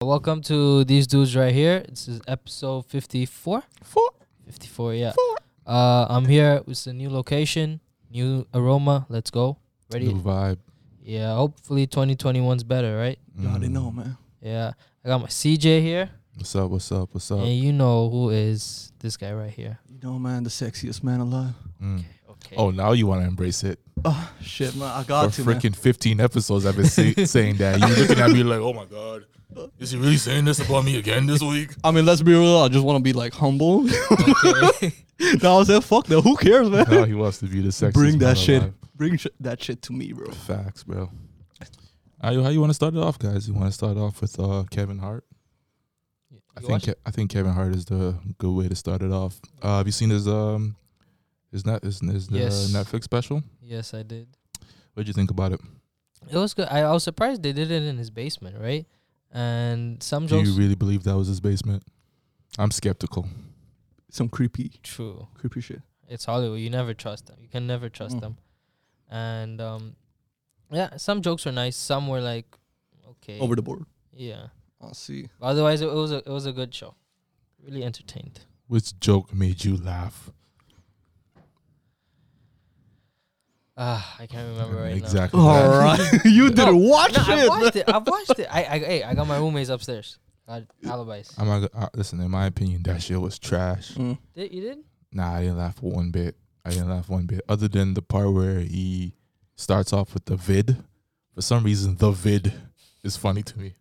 welcome to these dudes right here. This is episode 54. Four. 54, yeah. Uh, I'm here. It's a new location, new aroma. Let's go. Ready? New vibe. Yeah, hopefully 2021's better, right? Mm. You already know, man. Yeah. I got my CJ here. What's up? What's up? What's up? And you know who is this guy right here. You know, man, the sexiest man alive. Mm. Okay. Oh, now you want to embrace it? Oh shit, man, I For got to, man. freaking 15 episodes, I've been say, saying that. You're looking at me like, oh my god, is he really saying this about me again this week? I mean, let's be real. I just want to be like humble. Okay. now I said, "Fuck that. Who cares, man? no, he wants to be the sexiest. Bring that man shit. alive. Bring sh- that shit to me, bro." Facts, bro. How you, how you want to start it off, guys? You want to start off with uh, Kevin Hart? You I watch think Ke- I think Kevin Hart is the good way to start it off. Uh, have you seen his um his net his, his uh, Yes. Netflix special? Yes, I did. What'd you think about it? It was good. I, I was surprised they did it in his basement, right? And some Do jokes. you really believe that was his basement? I'm skeptical. Some creepy, true. creepy shit. It's Hollywood. You never trust them. You can never trust Mm. them. And um, yeah, some jokes were nice. Some were like, okay, Over the board. yeah. I see. Otherwise, it, it was a it was a good show. Really entertained. Which joke made you laugh? Ah, I can't remember right exactly. All that. right, you No, didn't watch now. No, I it. man. watched it. I watched it. I I hey, I got my roommates upstairs. Got alibis. Ah. I'm not, uh, listen, in my opinion, that shit was trash. Mm. Did you did? Nah, I didn't laugh one bit. I didn't laugh one bit. Other than the part where he starts off with the vid. For some reason, the vid is funny to me.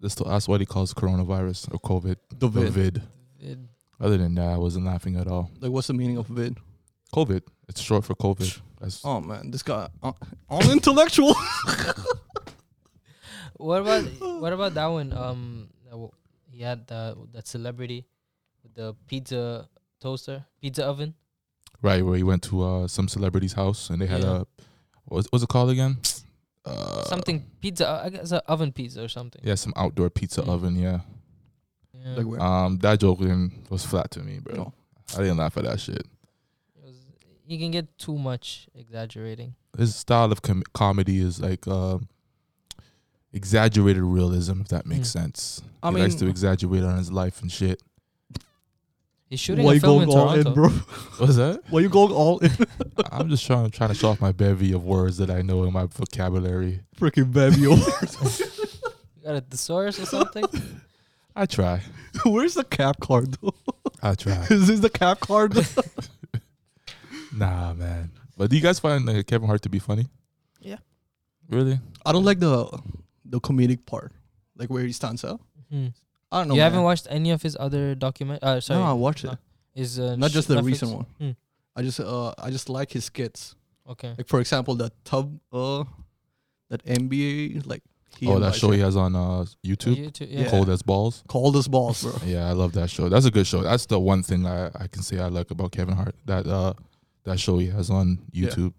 That's, the, that's what he calls coronavirus or COVID. The The vid. vid. Did- Other than that, I wasn't laughing at all. Like, what's the meaning of vid? COVID. It's short for COVID. That's, Oh man, this guy, uh, all intellectual. What about what about that one? Um, that w- he had the that celebrity with the pizza toaster, pizza oven. Right, where he went to uh, some celebrity's house and they had Yeah. a what's, what's it called again? Uh, something pizza. uh, I guess a oven pizza or something. Yeah, some outdoor pizza Mm. oven. Yeah. Yeah. like, where? Um, that joke in- was flat to me, bro. No. I didn't laugh at that shit. It was, you can get too much exaggerating. His style of com- comedy is like um exaggerated realism, if that makes Mm. sense. I he mean, likes to exaggerate on his life and shit. He's shooting why a you film in going all in, Toronto. bro? What's that? Why you going all in? I'm just trying trying to show off my bevy of words that I know in my vocabulary. Freaking baby. you got a thesaurus or something? I try. Where's the cap card? though? I try. Is this the cap card? nah, man. But do you guys find uh, Kevin Hart to be funny? Yeah. Really? I don't like the the comedic part, like where he stands up. Hmm. I don't know. you man. haven't watched any of his other document? Uh, sorry, No, I watched it. No. is uh, Not just the Netflix? recent one. Hmm. I just uh I just like his skits. Okay, Like for example, that tub uh that NBA like he oh, that invites show he him. has on uh, YouTube, You too, Yeah. Cold as Balls. Call this balls, bro. Yeah, I love that show. That's a good show. That's the one thing I, I can say I like about Kevin Hart. That uh that show he has on Yeah. YouTube.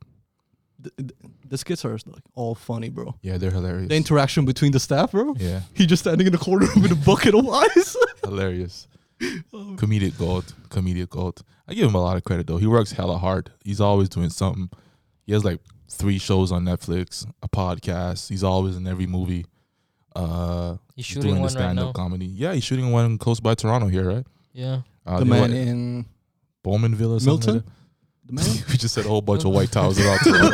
the, the, the skits are like all funny, bro. Yeah, they're hilarious. The interaction between the staff, bro. yeah, He just standing in the corner with a bucket of ice. hilarious. Oh. Comedic gold. Comedic gold. I give him a lot of credit though. He works hella hard. He's always doing something. He has like three shows on Netflix, a podcast. He's always in every movie. Uh he's he's shooting doing one the right stand up now. comedy. Yeah, he's shooting one close by Toronto here, right? Yeah, Uh, the they- man what, in Bowmanville or something. like Milton? that? the man. we just said a whole bunch of white towers around town.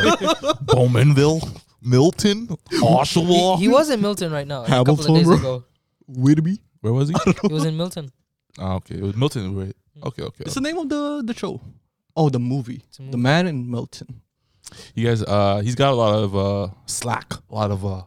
Bowmanville, Milton, he, Oshawa. he was in Milton right now. a couple of Hamilton, days bro. ago, Whitby. Where was he? he was in Milton. Ah, okay, it was Milton. Right? Okay, okay. It's the name of the the show. Oh, the movie. It's a movie. The man in Milton. You guys, uh, he's got a lot of uh, slack, a lot of uh,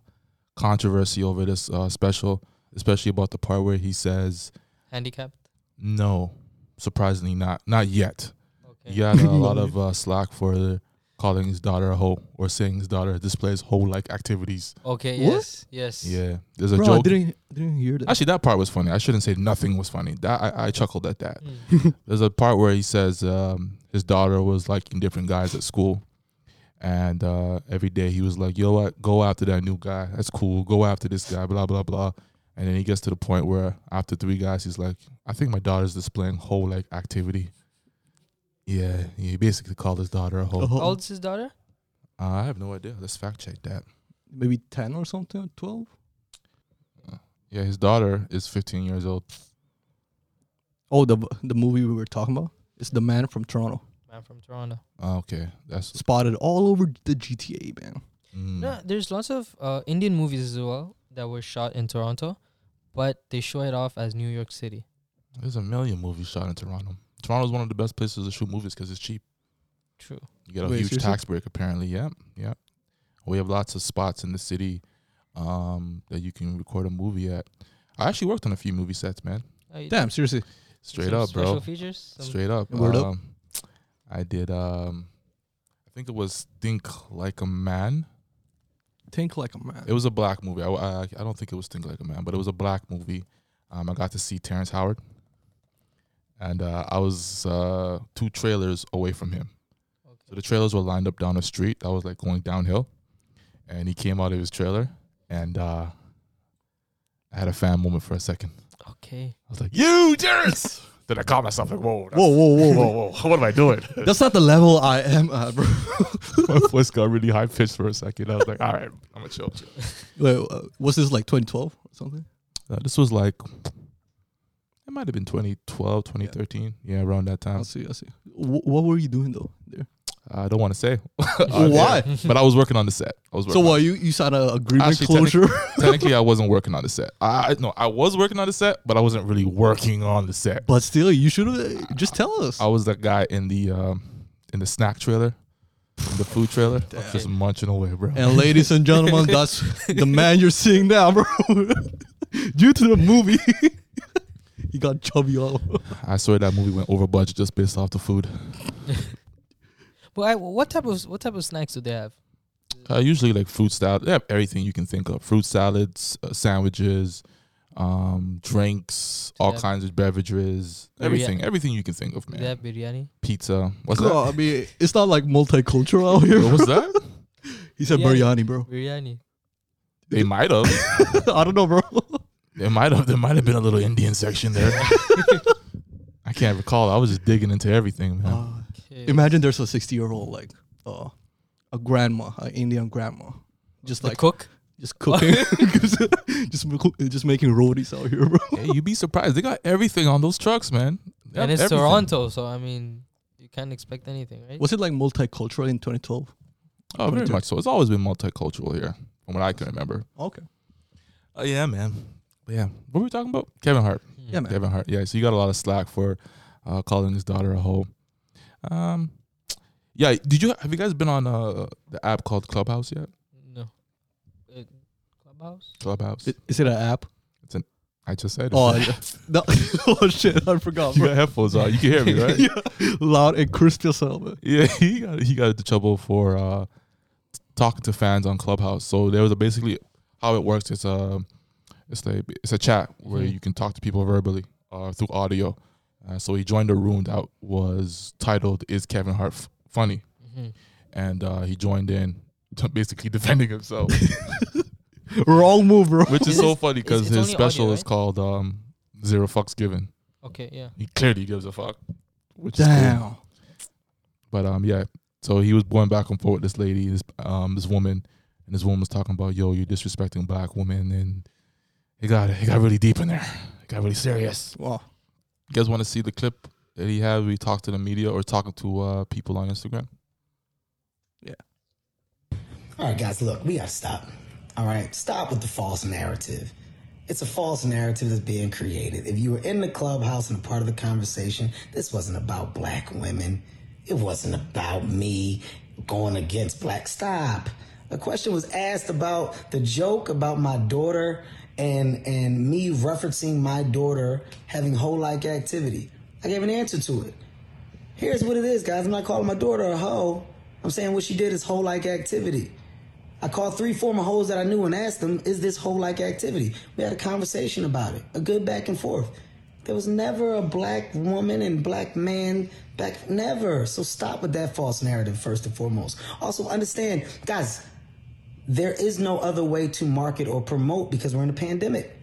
controversy over this uh, special, especially about the part where he says Handicapped. no. Surprisingly, not not yet. Okay. He got a lot of uh, slack for calling his daughter a hoe or saying his daughter displays hoe-like activities. Okay. What? Yes. Yes. Yeah, there's a Bro, I joke. didn't I didn't hear that. Actually, that part was funny. I shouldn't say nothing was funny. That I, I chuckled at that. Mm. There's a part where he says um, his daughter was liking different guys at school, and uh, every day he was like, "Yo, what? Go after that new guy. That's cool. Go after this guy. Blah blah blah." And then he gets to the point where after three guys, he's like, "I think my daughter's displaying whole like activity." Yeah, he basically called his daughter a hoe. How old's his daughter? Uh, I have no idea. Let's fact check that. maybe 10 or something 12 Yeah, his daughter is 15 years old. Oh, the the movie we were talking about is the man from Toronto Man from Toronto. Ah, okay, that's spotted all over the GTA, man. mm, No, there's lots of uh, Indian movies as well that were shot in Toronto, but they show it off as New York City. there's a million movies shot in Toronto. Toronto's one of the best places to shoot movies because it's cheap. True. You get a Wait, huge seriously? tax break, apparently. Yep, yep. We have lots of spots in the city um, that you can record a movie at. I actually worked on a few movie sets, man. Uh, you Damn, seriously. did Straight some up, Special bro. features. some- Straight up. Word up. um, I did. Um, I think it was Think Like a Man. Think like a man. It was a black movie. I, I, I don't think it was Think Like a Man, but it was a black movie. Um, I got to see Terrence Howard, and uh, I was uh, two trailers away from him. So the trailers were lined up down the street. I was like going downhill, and he came out of his trailer, and uh, I had a fan moment for a second. okay. I was like, "You, Terrence!" then I caught myself like, "Whoa, that's- Whoa, whoa, whoa, whoa. whoa, whoa! What am I doing?" That's not the level I am at, bro. My voice got really high pitched for a second. I was like, "All right, I'm gonna chill." Wait, uh, was this like 2012 or something? Uh, this was like it might have been 2012, 2013. Yeah, around that I time. see, I see. Wh- what were you doing though? There. I don't want to say, Oh, Uh, Why? yeah. but I was working on the set. I was So working. what? You you signed an agreement Actually, closure? technically, I wasn't working on the set. I I- no, I was working on the set, but I wasn't really working on the set. but still, you should have just tell us. I was that guy in the um, in the snack trailer, in the food trailer, Damn. just munching away, bro. And ladies and gentlemen, that's the man you're seeing now, bro. Due to the movie, he got chubby all over. I swear that movie went over budget just based off the food. But I, what type of what type of snacks do they have? Uh, usually like fruit salad. They have everything you can think of: fruit salads, uh, sandwiches, um, drinks, all Yeah. kinds of beverages, Yeah. everything, everything you can think of, Do man. they have biryani? Pizza. What's that? God, I mean, it's not like multicultural out here. Yo, bro. What's that? He said Biryani. biryani, bro. Biryani. They might have. I don't know, bro. They might have. There might have been a little Indian section there. I can't recall. I was just digging into everything, man. Uh, Okay. imagine there's a 60 year old like uh, a grandma, an Indian grandma, just The like cook. just cooking, just just making roadies out here, bro. hey, you'd be surprised. They got everything on those trucks, man. They and have it's everything. Toronto, so I mean, you can't expect anything, right? Was it like multicultural in 2012? Oh, very 22. much so. It's always been multicultural here, from what I can remember. Okay. Oh yeah, man. But yeah, what were we talking about? Kevin Hart. Hmm. Yeah, man. Kevin Hart. Yeah, so you got a lot of slack for uh, calling his daughter a hoe. Um, yeah. Did you have you guys been on uh, the app called Clubhouse yet? No. Uh, clubhouse. Clubhouse. I- Is it an app? I just said. it. Oh, yeah. No. oh shit, I forgot. you Bro. got headphones on. You can hear me, right? Yeah. Loud and crisp yourself. man. yeah. He got he got into trouble for uh, talking to fans on Clubhouse. So there was a basically how it works. It's a it's like it's a chat where Hmm. Mhm. you can talk to people verbally or through audio. Uh, so he joined a room that was titled "Is Kevin Hart F- Funny?" Mhm. and uh, he joined in, to basically defending himself, Wrong move, bro. which is so funny It's- because it's his only audio, special is right? called um, Zero Fucks Given. Okay. Yeah. He clearly gives a fuck, which is Damn. cool. But um, yeah, so he was going back and forth with this lady, this um, this woman, and this woman was talking about, "Yo, you're disrespecting black women," and it got it got really deep in there. It got really serious. Wow. You guys want to see the clip that he had? where he talked to the media or talking to uh, people on Instagram. All right, guys, look, we gotta stop. All right, stop with the false narrative. It's a false narrative that's being created. If you were in the clubhouse and a part of the conversation, this wasn't about black women. It wasn't about me going against black. Stop. The question was asked about the joke about my daughter and and me referencing my daughter having whole like activity. I gave an answer to it. Here's what it is, guys. I'm not calling my daughter a hoe. I'm saying what she did is hoe like activity. I called three former hoes that I knew and asked them, is this hoe like activity? We had a conversation about it, a good back and forth. There was never a black woman and black man back, never. So stop with that false narrative, first and foremost. Also, understand, guys, there is no other way to market or promote because we're in a pandemic.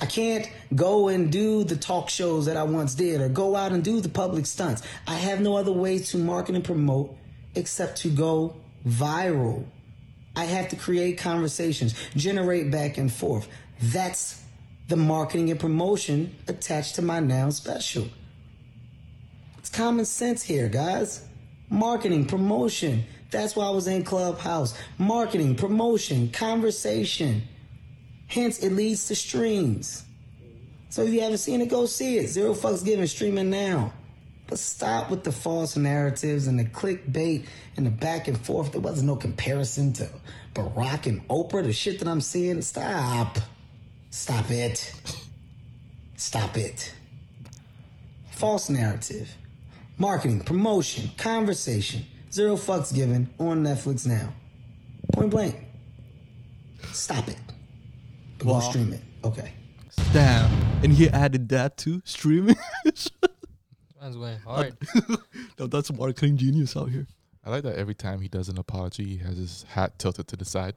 I can't go and do the talk shows that I once did or go out and do the public stunts. I have no other way to market and promote except to go viral. I have to create conversations, generate back and forth. That's the marketing and promotion attached to my now special. It's common sense here, guys. Marketing, promotion. That's why I was in Clubhouse. Marketing, promotion, conversation. Hence, it leads to streams. So if you haven't seen it, go see it. Zero fucks given, streaming now. But stop with the false narratives and the clickbait and the back and forth. There wasn't no comparison to Barack and Oprah, the shit that I'm seeing. Stop. Stop it. Stop it. False narrative. Marketing, promotion, conversation. Zero fucks given on Netflix now. Point blank. Stop it. But Wow. go stream it. Okay. Damn. And he added that to streaming. Man's going hard. no, that's marketing genius out here. I like that every time he does an apology, he has his hat tilted to the side.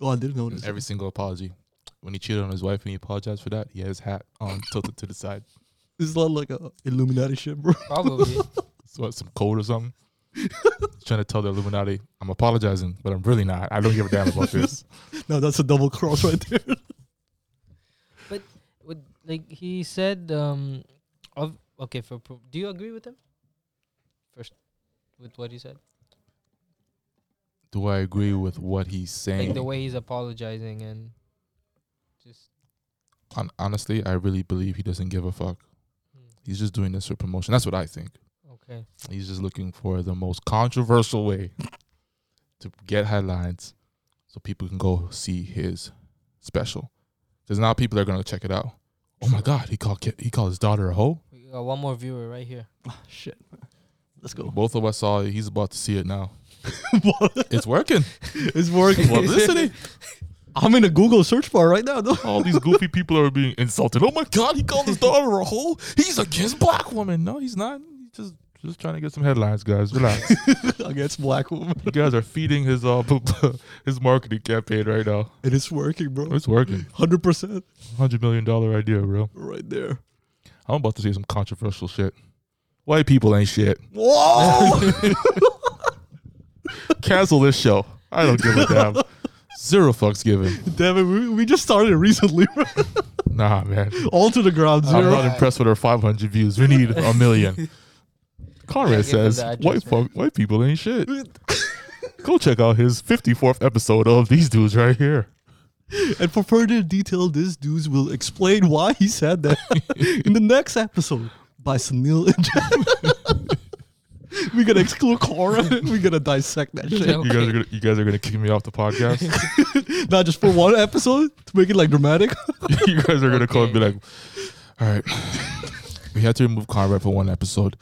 Oh, I didn't notice. Every single apology. When he cheated on his wife and he apologized for that, he had his hat on tilted to the side. This is not like a Illuminati shit, bro. Probably. It's what, some code or something. He's trying to tell the Illuminati, I'm apologizing, but I'm really not. I don't give a damn about this. No, that's a double cross right there. but with, like he said, um, of okay for pro- do you agree with him? First, with what he said, Do I agree with what he's saying? like the way he's apologizing and just Hon- honestly, I really believe he doesn't give a fuck. Hmm. He's just doing this for promotion. That's what I think. okay. He's just looking for the most controversial way to get headlines so people can go see his special. Because now people are going to check it out. Oh my God, he called, ki- he called his daughter a hoe? We got one more viewer right here. Ah, shit. Let's go. Both of us saw it. He's about to see it now. it's working. It's working. Publicity. I'm in a Google search bar right now, though. All these goofy people are being insulted. Oh my God, he called his daughter a hoe. He's against black women. No, he's not. He's just, just trying to get some headlines, guys. Relax. Against black woman. you guys are feeding his uh, his marketing campaign right now. It is working, bro. It's working. 100% Hundred million dollar idea, bro. right there. I'm about to see some controversial shit. White people ain't shit. Whoa! Cancel this show. I don't give a damn. Zero fucks given. Damn it, we, we just started recently. bro. Nah, man. All to the ground I'm zero. not impressed with our 500 views. We need a million. Yeah, Conrad give them says, the address, "White folk, white people ain't shit." Go check out his 54th episode of these dudes right here. and for further detail, this dude will explain why he said that in the next episode by Sunil and Jeff. We're gonna exclude Cora. We're gonna dissect that shit. You guys are gonna, you guys are gonna kick me off the podcast. Not just for one episode to make it like dramatic. you guys are gonna come and be like, all right, we had to remove Conrad for one episode.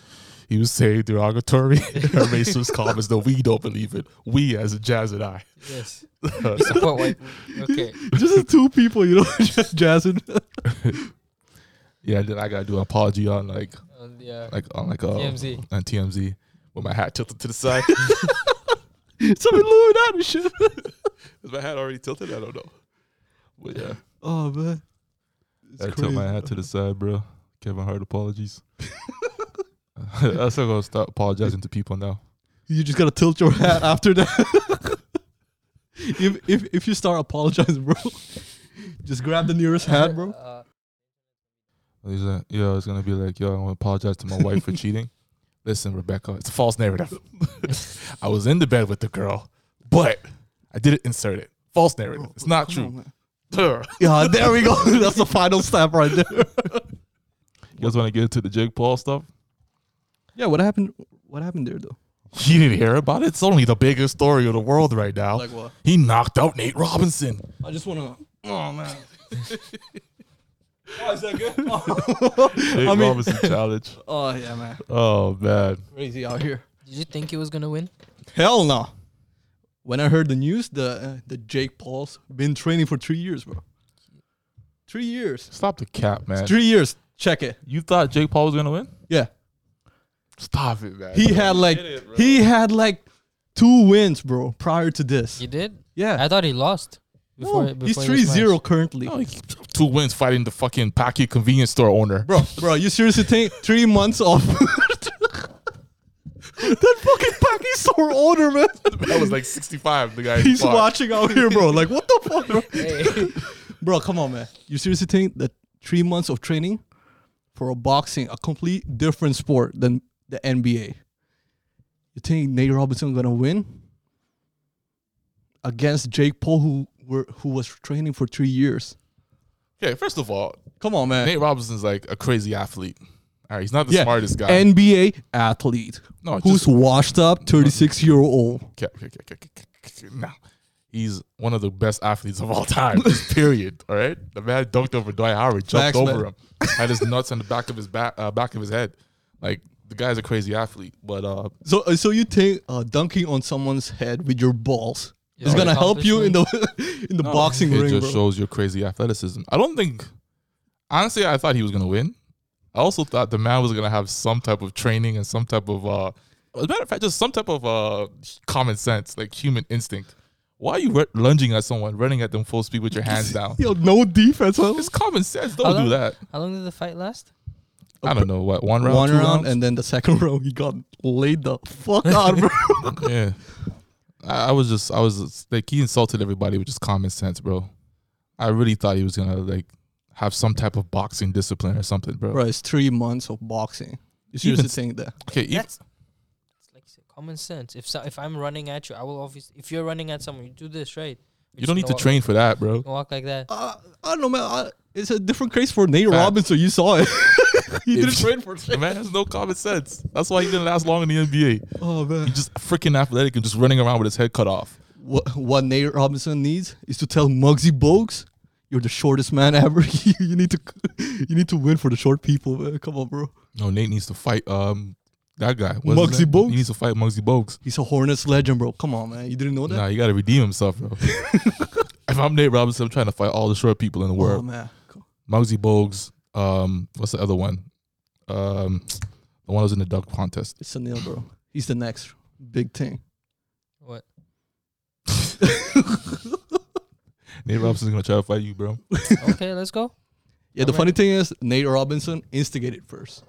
He was saying derogatory or racist comments that we don't believe it. We as Jazz and I. Yes. Support white. Okay. just the two people, you know, Jazz and Yeah, then I gotta do an apology on like Uh, yeah. like on like uh, TMZ. on TMZ with my hat tilted to the side. some Illuminati shit. Is my hat already tilted? I don't know. But yeah, Oh man, it's I tilt my hat to the side, bro. Kevin Hart apologies. I'm still gonna start apologizing to people now. You just gotta tilt your hat after that. if if if you start apologizing, bro, just grab the nearest hat, bro. Uh, He's like, yo, it's gonna be like, yo, I want to apologize to my wife for cheating. Listen, Rebecca, it's a false narrative. I was in the bed with the girl, but I didn't insert it. False narrative. It's not true. Duh. Yeah, there we go. That's the final step right there. You guys want to get into the Jake Paul stuff? Yeah, what happened? What happened there though? You didn't hear about it. It's only the biggest story of the world right now. Like what? He knocked out Nate Robinson. I just wanna. Oh man. oh, is that good? Oh, Nate mean- Robinson challenge. yeah, man. Oh man. Crazy out here. did you think he was gonna win? Hell no. When I heard the news, the uh, the Jake Paul's been training for three years, bro. Three years. Stop the cap, man. Three years. Check it. You thought Jake Paul was gonna win? Yeah. Stop it, man. He had like he had like two wins, bro, prior to this. He did. Yeah. I thought he lost. No, he's 3-0 currently. No, he- two wins fighting the fucking Packy convenience store owner. Bro, bro, you seriously think 3 months off That fucking Paki store owner, man. I was like 65. The guy He's fought. watching out here, bro. Like what the fuck, bro? Bro, come on, man. You seriously think that three months of training for a boxing, a complete different sport than the NBA? You think Nate Robinson gonna win against Jake Paul, who were who was training for three years? Okay, first of all, Come on, man. Nate Robinson's like a crazy athlete. All right, he's not the Yeah, smartest guy. NBA athlete No, who's just- washed up, thirty six year old. Okay, okay, okay, okay, okay, okay, okay, no. He's one of the best athletes of all time. just period. All right, the man dunked over Dwight Howard, jumped Facts, over man. him, had his nuts on the back of his back, uh, back of his head. Like the guy's a crazy athlete. But uh, So, uh, so you think uh, dunking on someone's head with your balls Yeah. is gonna help you in the in the boxing it ring, just bro? shows your crazy athleticism. I don't think. Honestly, I thought he was gonna win. I also thought the man was gonna have some type of training and some type of, uh, as a matter of fact, just some type of uh, common sense, like human instinct. Why are you re- lunging at someone, running at them full speed with your hands down? Yo, no defense. Huh? It's common sense. Don't do Hello? that. How long did the fight last? I don't know what one round, one two round, rounds? and then the second round he got laid the fuck out, bro. yeah. I, I was just, I was just, like, he insulted everybody with just common sense, bro. I really thought he was gonna like have some type of boxing discipline or something, bro. bro, it's three months of boxing. You Even seriously s- think that? Okay, even, That's it's like you said, common sense. If so, if I'm running at you, I will obviously. If you're running at someone, you do this right. you don't need just to walk- train for that, bro. you Walk like that. Uh, I don't know, man. I, it's a different case for Nate Fact. Robinson. You saw it. he didn't train for. The man has no common sense. That's why he didn't last long in the NBA. Oh man. He's just freaking athletic and just running around with his head cut off. what, what Nate Robinson needs is to tell Muggsy Bogues, "You're the shortest man ever. you you need to, you need to win for the short people, man. Come on, bro. No, Nate needs to fight um that guy. What's his Muggsy name? Bogues? He needs to fight Muggsy Bogues. He's a Hornets legend, bro. Come on, man. You didn't know that? Nah, you gotta redeem himself, bro. if I'm Nate Robinson, I'm trying to fight all the short people in the oh world. man. Muggsy Bogues. Um, what's the other one? Um, the one that was in the dunk contest. It's Sunil, bro. He's the next big thing. What? Nate Robinson's gonna try to fight you, bro. Okay, let's go. Yeah, the Alright. funny thing is Nate Robinson instigated first.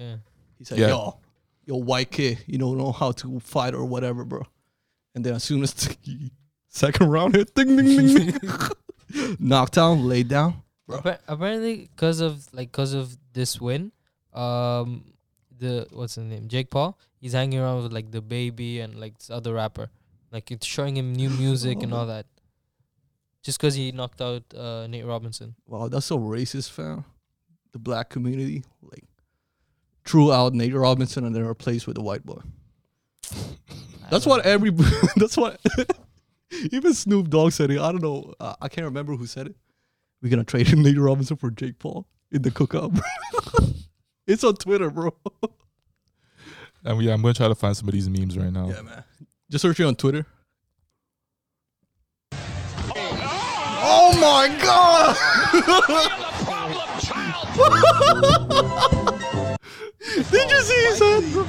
Okay. He said, Yeah. "Yo, yo, white kid, you don't know how to fight or whatever, bro." And then as soon as the second round hit, ding ding ding, ding. knockdown, laid down. Appa- apparently, because of like because of this win, um, the what's his name, Jake Paul, he's hanging around with like the baby and like this other rapper, like it's showing him new music and all that. Just because he knocked out uh, Nate Robinson. Wow, that's so racist, fam. The black community like threw out Nate Robinson and then replaced with the white boy. I That's don't what every. that's what. even Snoop Dogg said it. I don't know. Uh, I can't remember who said it. We're gonna trade him Nate Robinson for Jake Paul in the cookout. bro. it's on Twitter, bro. And yeah, I'm gonna try to find some of these memes right now. man. Just search it on Twitter. Oh my god! Did you see his head? bro?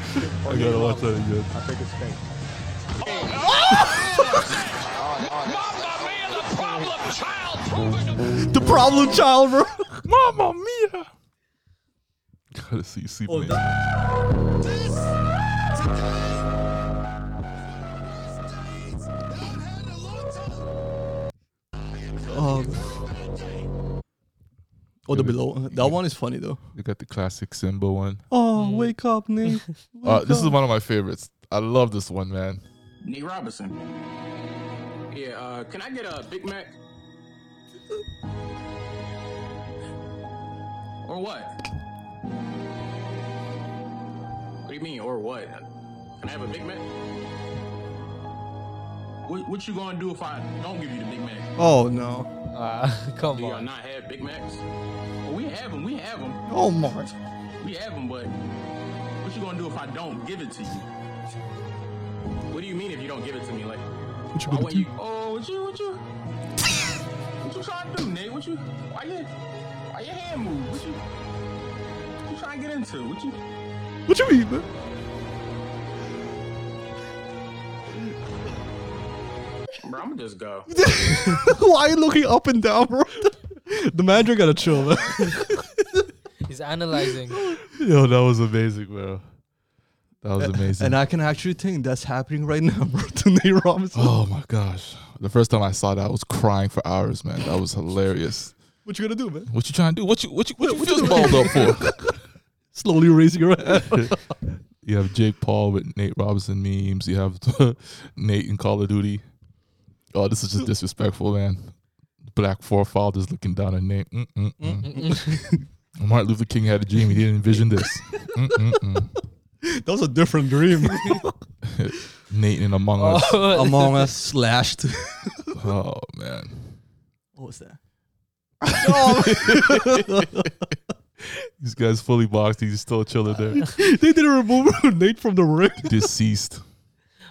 I gotta watch that again. The problem child, bro. Mamma mia! Gotta see Oh, you sleep. Oh, man. Oh, the below. That one is funny though. They got the classic Simba one. Oh, wake up, Nate. Uh, this is one of my favorites. I love this one, man. Nate Robinson. Yeah, uh, can I get a Big Mac? or what? What do you mean, or what? Can I have a Big Mac? What, what you gonna do if I don't give you the Big Mac? Oh no. know. Ah, come Do y'all on. not have Big Macs? Well, we have them, we have them. Oh my. We have them, but what you gonna do if I don't give it to you? What do you mean if you don't give it to me? Like, What you why gonna wouldn't do? you? Oh, what you, what you? what you trying to do, Nate? What you? Why you? Why your hand move? What you? What you trying to get into? What you? What you mean, man? Bro, I'm gonna just go. Why are you looking up and down, bro? the manager gotta chill, man. He's analyzing. Yo, that was amazing, bro. That was amazing. And I can actually think that's happening right now, bro, to Nate Robinson. oh my gosh. The first time I saw that, I was crying for hours, man. That was hilarious. What you gonna do, man? What you trying to do? What you what you what you, what you just balled up for? Slowly raising your hand. You have Jake Paul with Nate Robinson memes. You have Nate in Call of Duty. Oh, this is just disrespectful, man. Black forefathers looking down on Nate. Mm-mm-mm. Martin Luther King had a dream. He didn't envision this. Mm-mm-mm. That was a different dream. Nate in Oh. Among Us. Among Us slashed. Oh man. What was that? Oh, These guys fully boxed. He's still chilling there. they didn't remove Nate from the ring. Deceased.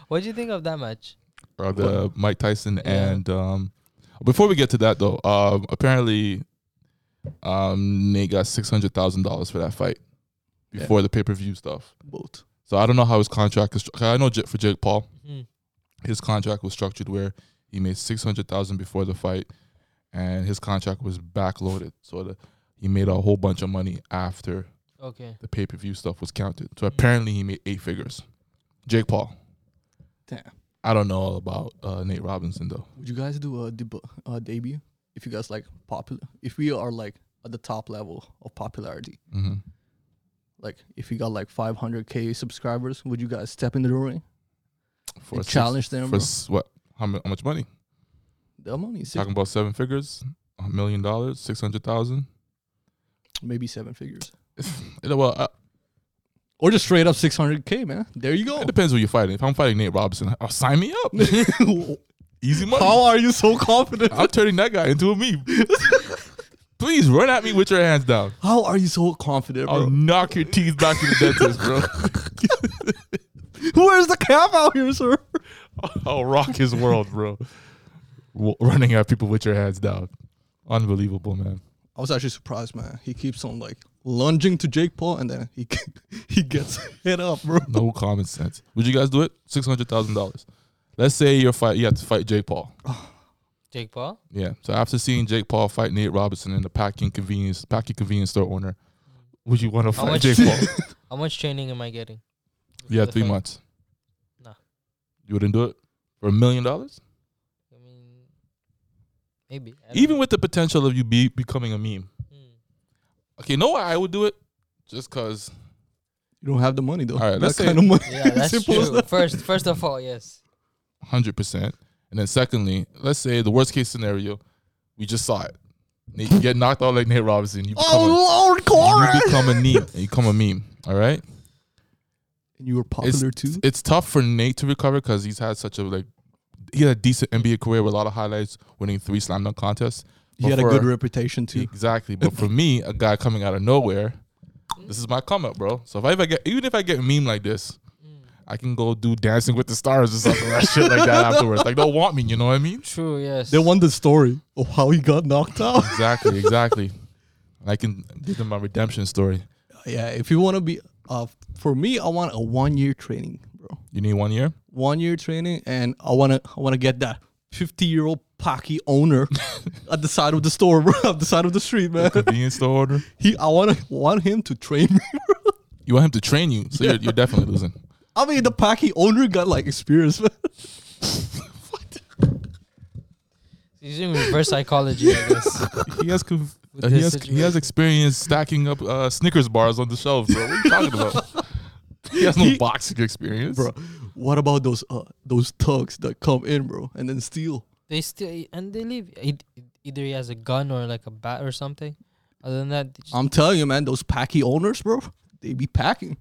What do you think of that match? Or the Mike Tyson and um before we get to that though, um apparently um Nate got six hundred thousand dollars for that fight before the pay per view stuff. Both. So I don't know how his contract is. stru- I know J- for Jake Paul, Mhm. his contract was structured where he made six hundred thousand before the fight, and his contract was backloaded, so the, he made a whole bunch of money after Okay. the pay per view stuff was counted. So apparently he made eight figures. Jake Paul. Damn. I don't know about uh, Nate Robinson though. Would you guys do a deb- uh, debut if you guys like popular? If we are like at the top level of popularity, hmm like if you got like 500k subscribers, would you guys step into the ring? For six- challenge them, for bro. s- what? How, mu- how much money? The money is Talking six, about seven figures, a million dollars, six hundred thousand. maybe seven figures, Well, uh, I, or just straight up 600k, man. There you go. It depends who you're fighting. If I'm fighting Nate Robinson, I'll sign me up. Easy money. How are you so confident? I'm turning that guy into a meme. Please run at me with your hands down. How are you so confident, I'll bro? knock your teeth back in the dentist, bro. Where's the cap out here, sir? I'll rock his world, bro. W- running at people with your hands down. Unbelievable, man. I was actually surprised, man. He keeps on like lunging to Jake Paul, and then he he gets hit up, bro. No common sense. Would you guys do it? Six hundred thousand dollars. Let's say you're fight. You have to fight Jake Paul. Jake Paul. Yeah. So after seeing Jake Paul fight Nate Robinson and the packing convenience packing convenience store owner, would you want to fight much- Jake Paul? How much training am I getting? Yeah, the three fight. months. Nah. You wouldn't do it for a million dollars, I mean, maybe. I don't even know. with the potential of you be becoming a meme. Hmm. Okay, you know why I would do it? Just cause. You don't have the money though. All right, That let's say- kind of money. Yeah, that's Simple as true. First, first of all, yes. hundred percent. And then secondly, let's say the worst case scenario, we just saw it. Nate- You get knocked out like Nate Robinson. You become, Oh Lord, a, Cora! you become a meme. You become a meme. All right. And you were It's, popular too. it's tough for Nate to recover because he's had such a like. He had a decent NBA career with a lot of highlights, winning three slam dunk contests. He had a But good for- reputation too. Exactly. But for me, a guy coming out of nowhere, this is my come up, bro. So if I ever get, even if I get a meme like this, Mm. I can go do Dancing with the Stars or something like shit like that afterwards. Like they'll want me, you know what I mean? True. Yes. They want the story of how he got knocked out. Exactly, exactly. And I can give them my redemption story. yeah, if you want to be, uh, for me, I want a one year training, bro. You need one year. One year training, and I wanna, I wanna get that fifty year old Paki owner at the side of the store, bro, at the side of the street, man. Convenience store order. He, I wanna, want him to train me. Bro. You want him to train you, so you're, you're definitely losing. I mean, the Paki owner got like experience, man. He's doing reverse psychology. I guess. He has conf- With uh, he this has he has situation. experience stacking up uh, Snickers bars on the shelves, bro. What are you talking about? He has no He- boxing experience, bro. What about those, uh, those thugs that come in, bro, and then steal? They still and they leave. Eith- Either he has a gun or like a bat or something. Other than that, they just- I'm telling you, man, those packy owners, bro, they be packing.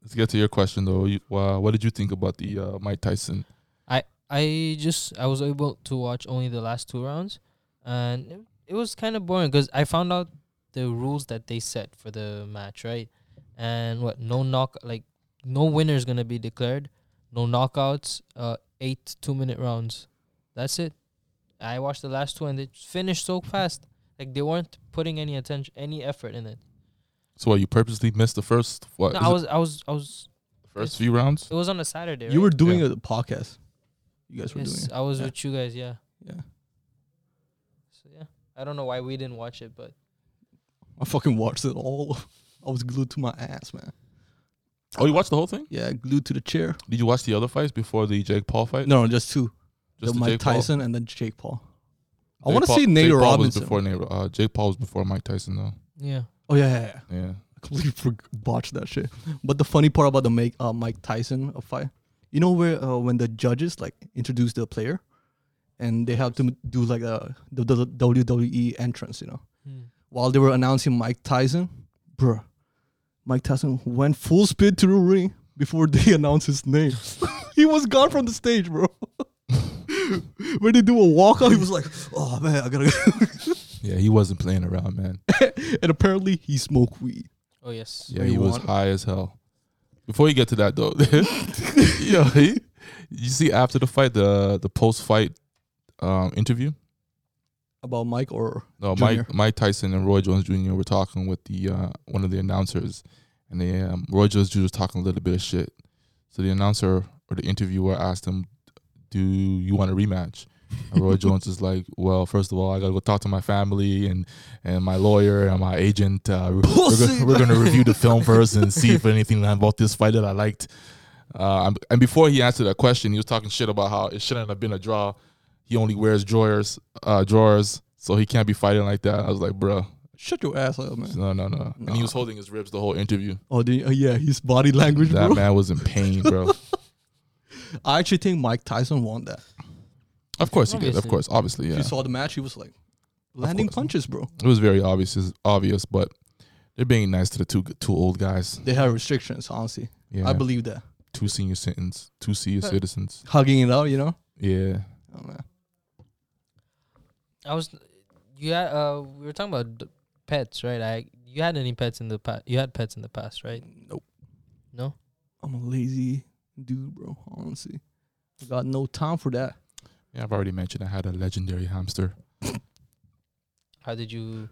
Let's get to your question though. You, uh, what did you think about the uh, Mike Tyson? I I just I was able to watch only the last two rounds, and it, it was kind of boring because I found out the rules that they set for the match, right? And what no knock like no winner is gonna be declared, no knockouts, uh, eight two minute rounds, that's it. I watched the last two and they finished so fast, like they weren't putting any attention, any effort in it. So, what, you purposely missed the first what? No, is I it was I was I was the first few rounds. it was on a Saturday. You right? were doing Yeah. a podcast. You guys were doing Yes, it. I was Yeah. with you guys, yeah. Yeah. So yeah, I don't know why we didn't watch it, but I fucking watched it all. I was glued to my ass, man. Oh, you watched the whole thing? Yeah, glued to the chair. Did you watch the other fights before the Jake Paul fight? No, just two. Just the the Mike Jake Paul? Tyson and then Jake Paul. I Jake want to Paul- see Nate Jake Paul Was Robinson. before Nate, Ro- uh, Jake Paul was before Mike Tyson though. Yeah. oh yeah, yeah, yeah. Yeah. I completely forg botched that shit. But the funny part about the make uh, Mike Tyson uh, fight, you know where uh, when the judges like introduce the player, and they have to m- do like uh, the, the WWE entrance, you know, while they were announcing Mike Tyson, bruh, Mike Tyson went full speed to the ring before they announced his name. he was gone from the stage, bro. when they do a walkout, he was like, "Oh man, I gotta," Yeah, he wasn't playing around, man. and apparently he smoked weed. Oh yes. Yeah, Ray he was Water. high as hell. Before you get to that though, yo, he, you see after the fight the the post fight um, interview. About Mike or No, Junior. Mike Mike Tyson and Roy Jones Jr. were talking with the uh, one of the announcers, and they um, Roy Jones Jr. was talking a little bit of shit. So the announcer or the interviewer asked him, "Do you want a rematch?" And Roy Jones is like, "Well, first of all, I gotta go talk to my family and and my lawyer and my agent. Uh, we're, we're, Pussy. gonna, we're gonna review the film first and see if anything about this fight that I liked." Uh, and before he answered that question, he was talking shit about how it shouldn't have been a draw he only wears drawers, uh, drawers, so he can't be fighting like that. I was like, bro, shut your ass up, man. no, no, no. And he was holding his ribs the whole interview. Oh, the, uh, yeah, his body language, That bro. man was in pain, bro. I actually think Mike Tyson won that. of course he did. Of Obviously. course, obviously, If yeah. you saw the match, he was like landing course. punches, bro. It was very obvious, it's obvious, but they're being nice to the two two old guys. They have restrictions, honestly. Yeah, I believe that. two senior citizens, two senior citizens. Hugging it out, you know? Yeah, Oh, man. I was. You had. Uh, we were talking about d- pets, right? I. You had any pets in the past? You had pets in the past, right? Nope. No. I'm a lazy dude, bro. Honestly. I got no time for that. yeah. I've already mentioned I had a legendary hamster. How did you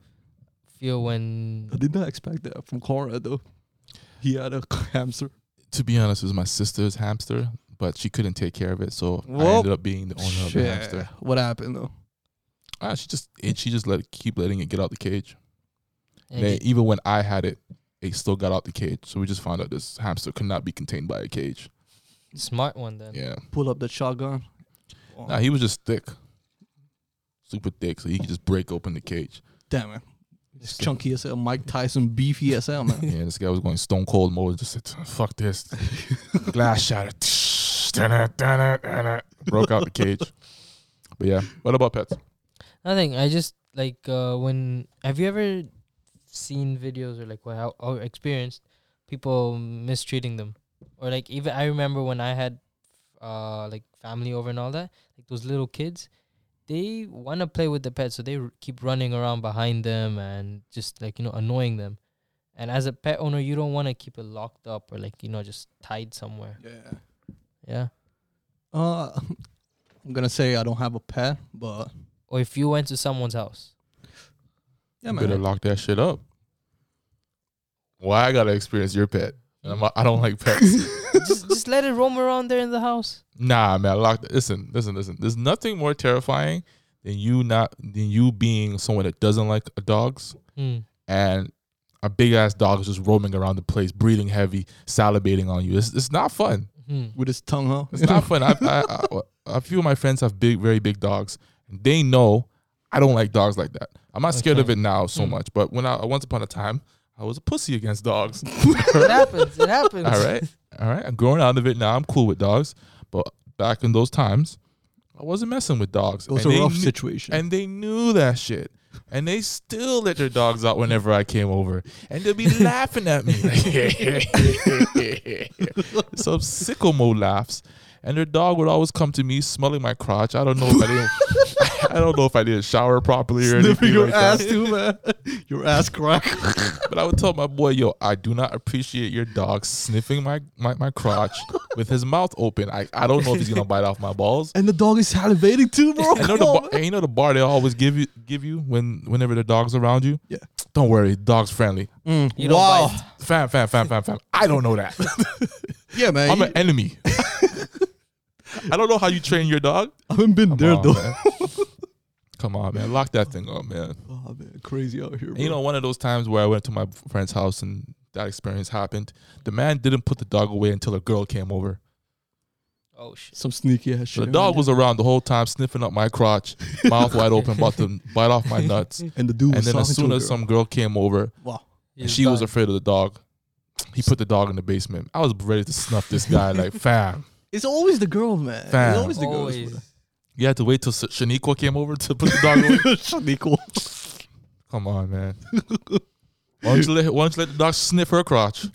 feel when? I did not expect that from Cora, though. He had a hamster. To be honest, it was my sister's hamster, but she couldn't take care of it, so I Whoop. ended up being the owner of the hamster. What happened, though? Ah, she just and she just let it, keep letting it get out the cage. and They- you- even when I had it, it still got out the cage. So we just found out this hamster could not be contained by a cage. smart one then. Yeah. Pull up the shotgun. Nah, he was just thick. Super thick. So he could just break open the cage. Damn it. It's Just chunky as hell. Mike Tyson, beefy as hell, man. Yeah, this guy was going stone cold mode. Just said, fuck this. Glass shattered. Broke out the cage. But yeah. What about pets? Nothing. I just like uh, when have you ever seen videos or like wow or experienced people mistreating them or like even I remember when I had uh like family over and all that like those little kids they want to play with the pets so they r- keep running around behind them and just like you know annoying them and as a pet owner you don't want to keep it locked up or like you know just tied somewhere yeah. yeah Uh, I'm gonna say I don't have a pet, but or if you went to someone's house yeah, you better man. lock that shit up. Why I gotta experience your pet? And I'm, I don't like pets. just just let it roam around there in the house Nah, man, lock. Listen, listen, listen. There's nothing more terrifying than you not than you being someone that doesn't like uh, dogs Hmm. and a big ass dog is just roaming around the place, breathing heavy, salivating on you. It's, it's not fun. Hmm. With his tongue out. It's not fun. I, I, I, a few of my friends have big, very big dogs. They know I don't like dogs like that. I'm not scared of Okay. it now so Hmm. much, but when I once upon a time I was a pussy against dogs. it happens. It happens. All right. All right. I'm growing out of it now. I'm cool with dogs. But back in those times, I wasn't messing with dogs. It was And a they rough knew- situation. And they knew that shit. And they still let their dogs out whenever I came over. And they'll be laughing at me. Some sicko mode laughs. And their dog would always come to me smelling my crotch. I don't know if I didn't I don't know if I didn't shower properly or Sniffing anything your like that. ass too, man. your ass crack. But I would tell my boy, yo, I do not appreciate your dog sniffing my, my, my crotch with his mouth open. I, I don't know if he's gonna bite off my balls. and the dog is salivating too, bro. I know Come the on, bar, man. and you know the bar they always give you give you when whenever the dog's around you. Yeah. Don't worry, dog's friendly. You don't Mm, wow. bite. Fam, fam, fam, fam, fam. I don't know that. Yeah, man. I'm you- an enemy. I don't know how you train your dog. I haven't been there Come on, though. man. Come on, man. Lock that thing up, man. Oh, man. Crazy out here, bro. And, you know, one of those times where I went to my friend's house and that experience happened. The man didn't put the dog away until a girl came over. Oh shit. Some sneaky ass So shit. the dog was around the whole time, sniffing up my crotch, mouth wide open, about to bite off my nuts. and the dude And was then as talking to soon a as girl. some girl came over, wow. and she was afraid of the dog. He put the dog in the basement. I was ready to snuff this guy like fam. It's always the girl, man. Fam. It's always the girl. Always. You had to wait till Sh- Shaniqua came over to put the dog away. Shaniqua. Come on, man. Why don't you let Why don't you let the dog sniff her crotch?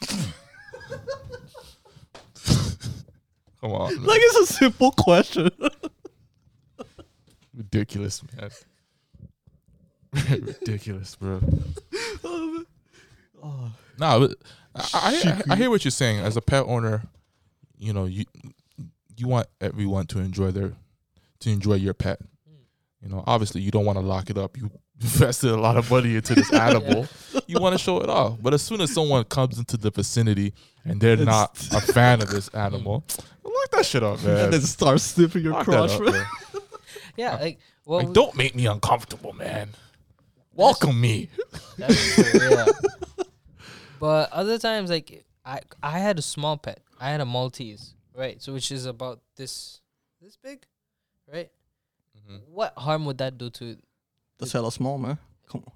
Come on, man. Like it's a simple question. ridiculous, man. ridiculous, bro. No, but I, I, I hear what you're saying. As a pet owner, you know you you want everyone to enjoy their to enjoy your pet. You know, obviously, you don't want to lock it up. You invested a lot of money into this animal. You want to show it off. But as soon as someone comes into the vicinity and they're not a fan of this animal, lock that shit up, man. and then start sniffing your Lock that crotch. up, man. man. Yeah, like well, Like, don't make me uncomfortable, man. Welcome me. That's true, yeah. But other times, like I, I had a small pet. I had a Maltese, right? So which is about this, this big, right? Mm-hmm. What harm would that do to? That's hella small, man. Come on.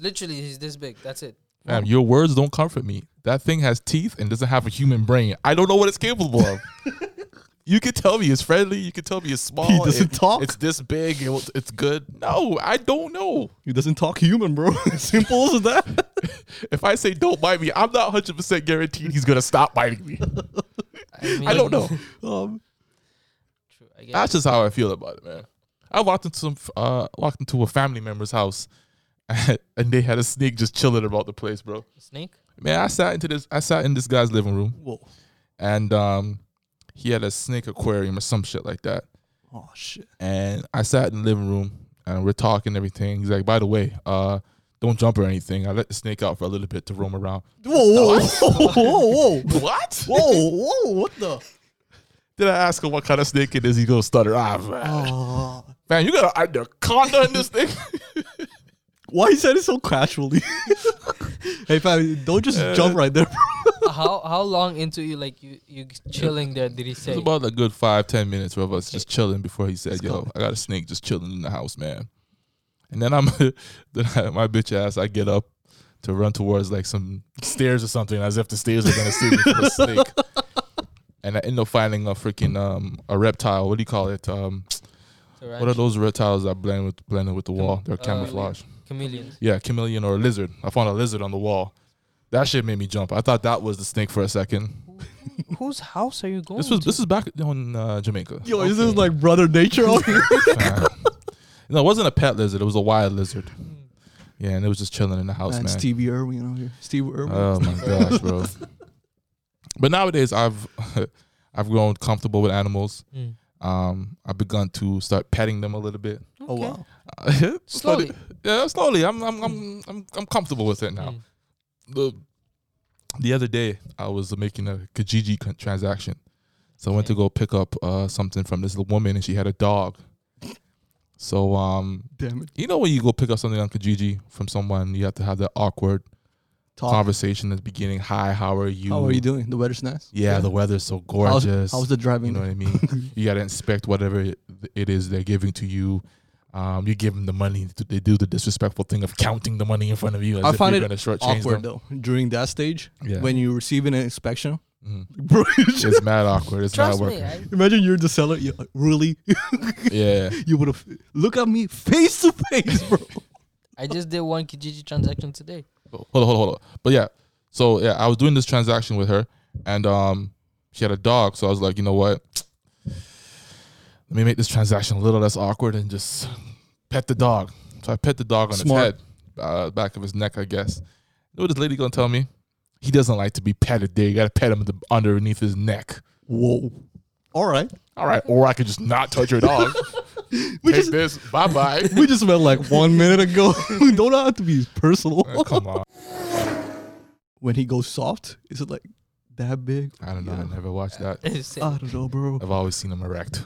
Literally, he's this big. That's it. Fam, your words don't comfort me. That thing has teeth and doesn't have a human brain. I don't know what it's capable of. you could tell me it's friendly. You could tell me it's small. He it- doesn't talk. It's this big. it- it's good. No, I don't know. He doesn't talk human, bro. Simple as that. If I say don't bite me, I'm not 100% guaranteed he's going to stop biting me. I, mean, I don't know. Um, True, I guess. That's just how I feel about it, man. I walked into some, uh, walked into a family member's house, and they had a snake just chilling about the place, bro. Snake. Man, I sat into this. I sat in this guy's living room, whoa. and um, he had a snake aquarium or some shit like that. Oh shit. And I sat in the living room, and we're talking everything. He's like, "By the way, uh, don't jump or anything. I let the snake out for a little bit to roam around." Whoa, whoa, whoa, whoa, whoa, What? whoa, whoa, what the? Did I ask him what kind of snake it is? He goes stutter. Ah, man, Ah. man, you got an anaconda in this thing. why he said it so casually? hey, fam, don't just jump right there. how how long into you like you you chilling there? Did he say? It's about a good five, ten minutes of us just chilling before he said, "Yo, go. I got a snake just chilling in the house, man." And then I'm, then I, my bitch ass, I get up to run towards like some stairs or something, as if the stairs are gonna see me for a snake. And I end up finding a freaking um a reptile. What do you call it? Um, what are those reptiles that blend with blended with the wall? They're uh, camouflage. Chameleons. Yeah, chameleon or a lizard. I found a lizard on the wall. That shit made me jump. I thought that was the snake for a second. Whose house are you going? This was to? this is back in uh, Jamaica. Yo, is this like brother nature out here? Nah. no, it wasn't a pet lizard. It was a wild lizard. Yeah, and it was just chilling in the house, Man, man. Stevie Irwin out here. Stevie Irwin. Oh my gosh, bro. But nowadays, I've I've grown comfortable with animals. Mm. Um, I've begun to start petting them a little bit. oh wow. Slowly. Slowly. yeah, slowly. I'm I'm I'm I'm, I'm comfortable with it now. Mm. The the other day, I was making a Kijiji con- transaction, so I went to go pick up uh, something from this little woman, and she had a dog. So um, Damn it. you know when you go pick up something on Kijiji from someone, you have to have that awkward Talk. conversation at the beginning. Hi, how are you? Oh. How are you doing? The weather's nice. Yeah, the weather's so How's, gorgeous. how's the you driving? know what I mean? you gotta inspect whatever it- it is they're giving to you. Um, you give them the money. They do the disrespectful thing of counting the money in front of you. As I if find you're it gonna shortchange Them. awkward though during that stage Yeah. when you're receiving an inspection. Mhm. Bro, it's just- It's mad awkward. It's Trust not me. working. I, imagine you're the seller. You're like, really? Yeah. you would have look at me face to face, bro. I just did one Kijiji transaction today. hold on, hold on, hold on. But yeah, so yeah, I was doing this transaction with her, and um, she had a dog. So I was like, you know what? Let me make this transaction a little less awkward and just pet the dog. So I pet the dog on Smart. his head, uh, back of his neck, I guess. You know what this lady gonna tell me? He doesn't like to be petted. There, you gotta pet him the, underneath his neck. Whoa. All right. All right, or I could just not touch your dog. We Take just this. Bye bye. we just met like one minute ago. we don't have to be personal. Come on. When he goes soft, is it like that big? I don't know. I never watched that. Same. I don't know, bro. I've always seen him erect.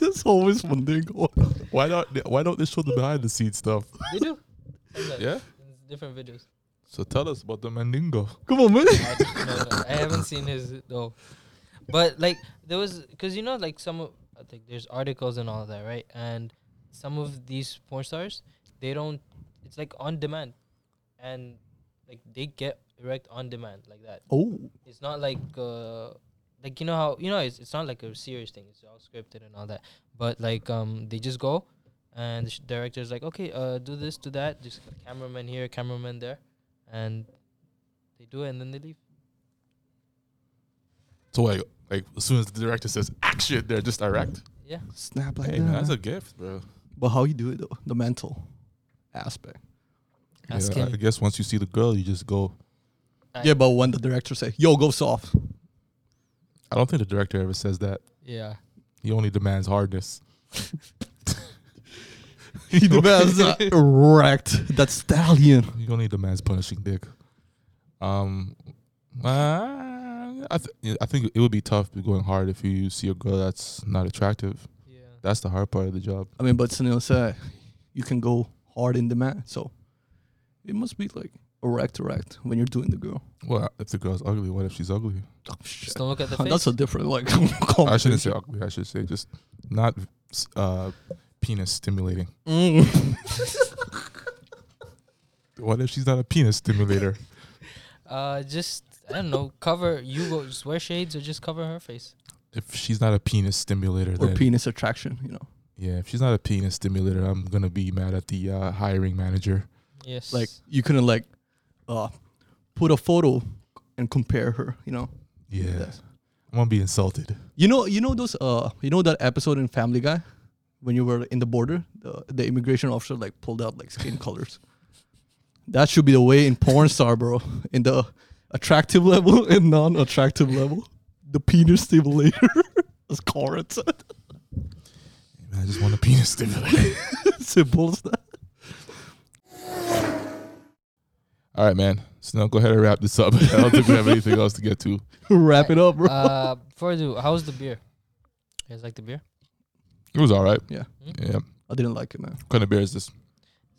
There's always one thing going on. Why not? Why don't they show the behind the scenes stuff? they do. Like, Yeah. Different videos. So tell us about the Mandingo. Come on, man. I, no, I haven't seen his though. But like there was because you know like some of I think there's articles and all that right, and some of these porn stars they don't. It's like on demand, and like they get erect on demand like that. Oh, It's not like uh, like you know how you know it's it's not like a serious thing. It's all scripted and all that. But like um they just go. And the sh- director's like, okay, uh, do this, do that. Just cameraman here, cameraman there, and they do it, and then they leave. So like, like as soon as the director says action, they're just direct. Yeah. snap like Hey that. man, that's a gift, bro. but how you do it though? The mental aspect. Yeah, Ask I him. guess once you see the girl, you just go. I- Yeah, but when the director say, "Yo, go soft," I don't think the director ever says that. Yeah. He only demands hardness. he demands that erect that stallion. He only demands punishing dick. Um, uh, I th- yeah, I think it would be tough going hard if you see a girl that's not attractive. Yeah. That's the hard part of the job. I mean, but Sunil said you can go hard in demand, so it must be like erect, erect when you're doing the girl. Well, if the girl's ugly, what if she's ugly? Oh, shit. Just don't look at the face. That's a different like. I shouldn't say ugly. I should say just not uh, penis stimulating. Mm. What if she's not a penis stimulator? uh, just I don't know. Cover you go just wear shades or just cover her face. if she's not a penis stimulator, or then penis attraction, you know, yeah, if she's not a penis stimulator, I'm gonna be mad at the uh, hiring manager. Yes. like you couldn't like uh put a photo and compare her, you know. Yeah, Yes. I'm gonna be insulted. You know, you know those uh, you know that episode in Family Guy when you were in the border, the, the immigration officer like pulled out like skin colors. That should be the way in porn star, bro. In the attractive level and non-attractive level, the penis stimulator is carrots. Man, I just want a penis stimulator. Simple as that. All right, man. So now go ahead and wrap this up. I don't think we have anything else to get to. Wrap it up, bro. uh, before I do, how's the beer? You guys like the beer? It was all right. Yeah. Yeah. What I didn't like it, man. kind of beer is this?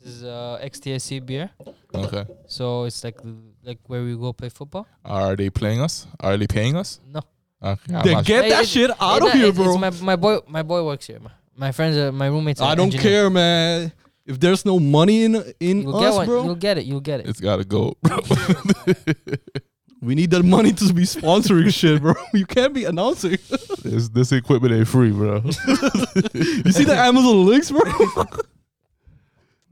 This is uh XTSC beer. Okay. So it's like like where we go play football. Are they playing us? Are they paying us? No. Okay. I'm Then not get Hey, that it- shit out Hey, of no, here, it's- it's bro. my my boy my boy works here. My, my friends, are, my roommates. Are I don't engineers. care, man. If there's no money in in You'll get us, one. bro, You'll get it. You'll get it. It's gotta go. bro. we need that money to be sponsoring shit, bro. You can't be announcing. this, this equipment ain't free, bro. You see the Amazon links, bro?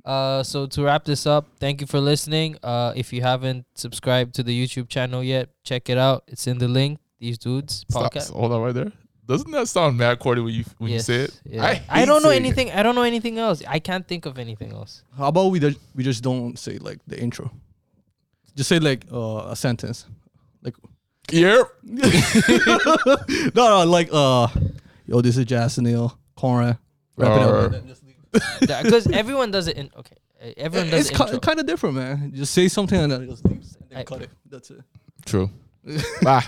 Uh, so to wrap this up, thank you for listening. Uh, if you haven't subscribed to the YouTube channel yet, check it out. It's in the link. These dudes Stop. podcast. Hold on right there. Doesn't that sound mad corny when you when you say it? yeah. I, I, hate don't know saying it. anything. I don't know anything else. I can't think of anything else. How about we just, we just don't say like the intro? Just say like uh, a sentence. Like Yep. no, no, like uh, yo, this is Jasenil Conrad. Wrap it Or- up. Because everyone does it in okay. uh, Everyone does it. It's intro. kind of different, man. Just say something and then it just leaves and then I- cut it. That's it. True. Bye.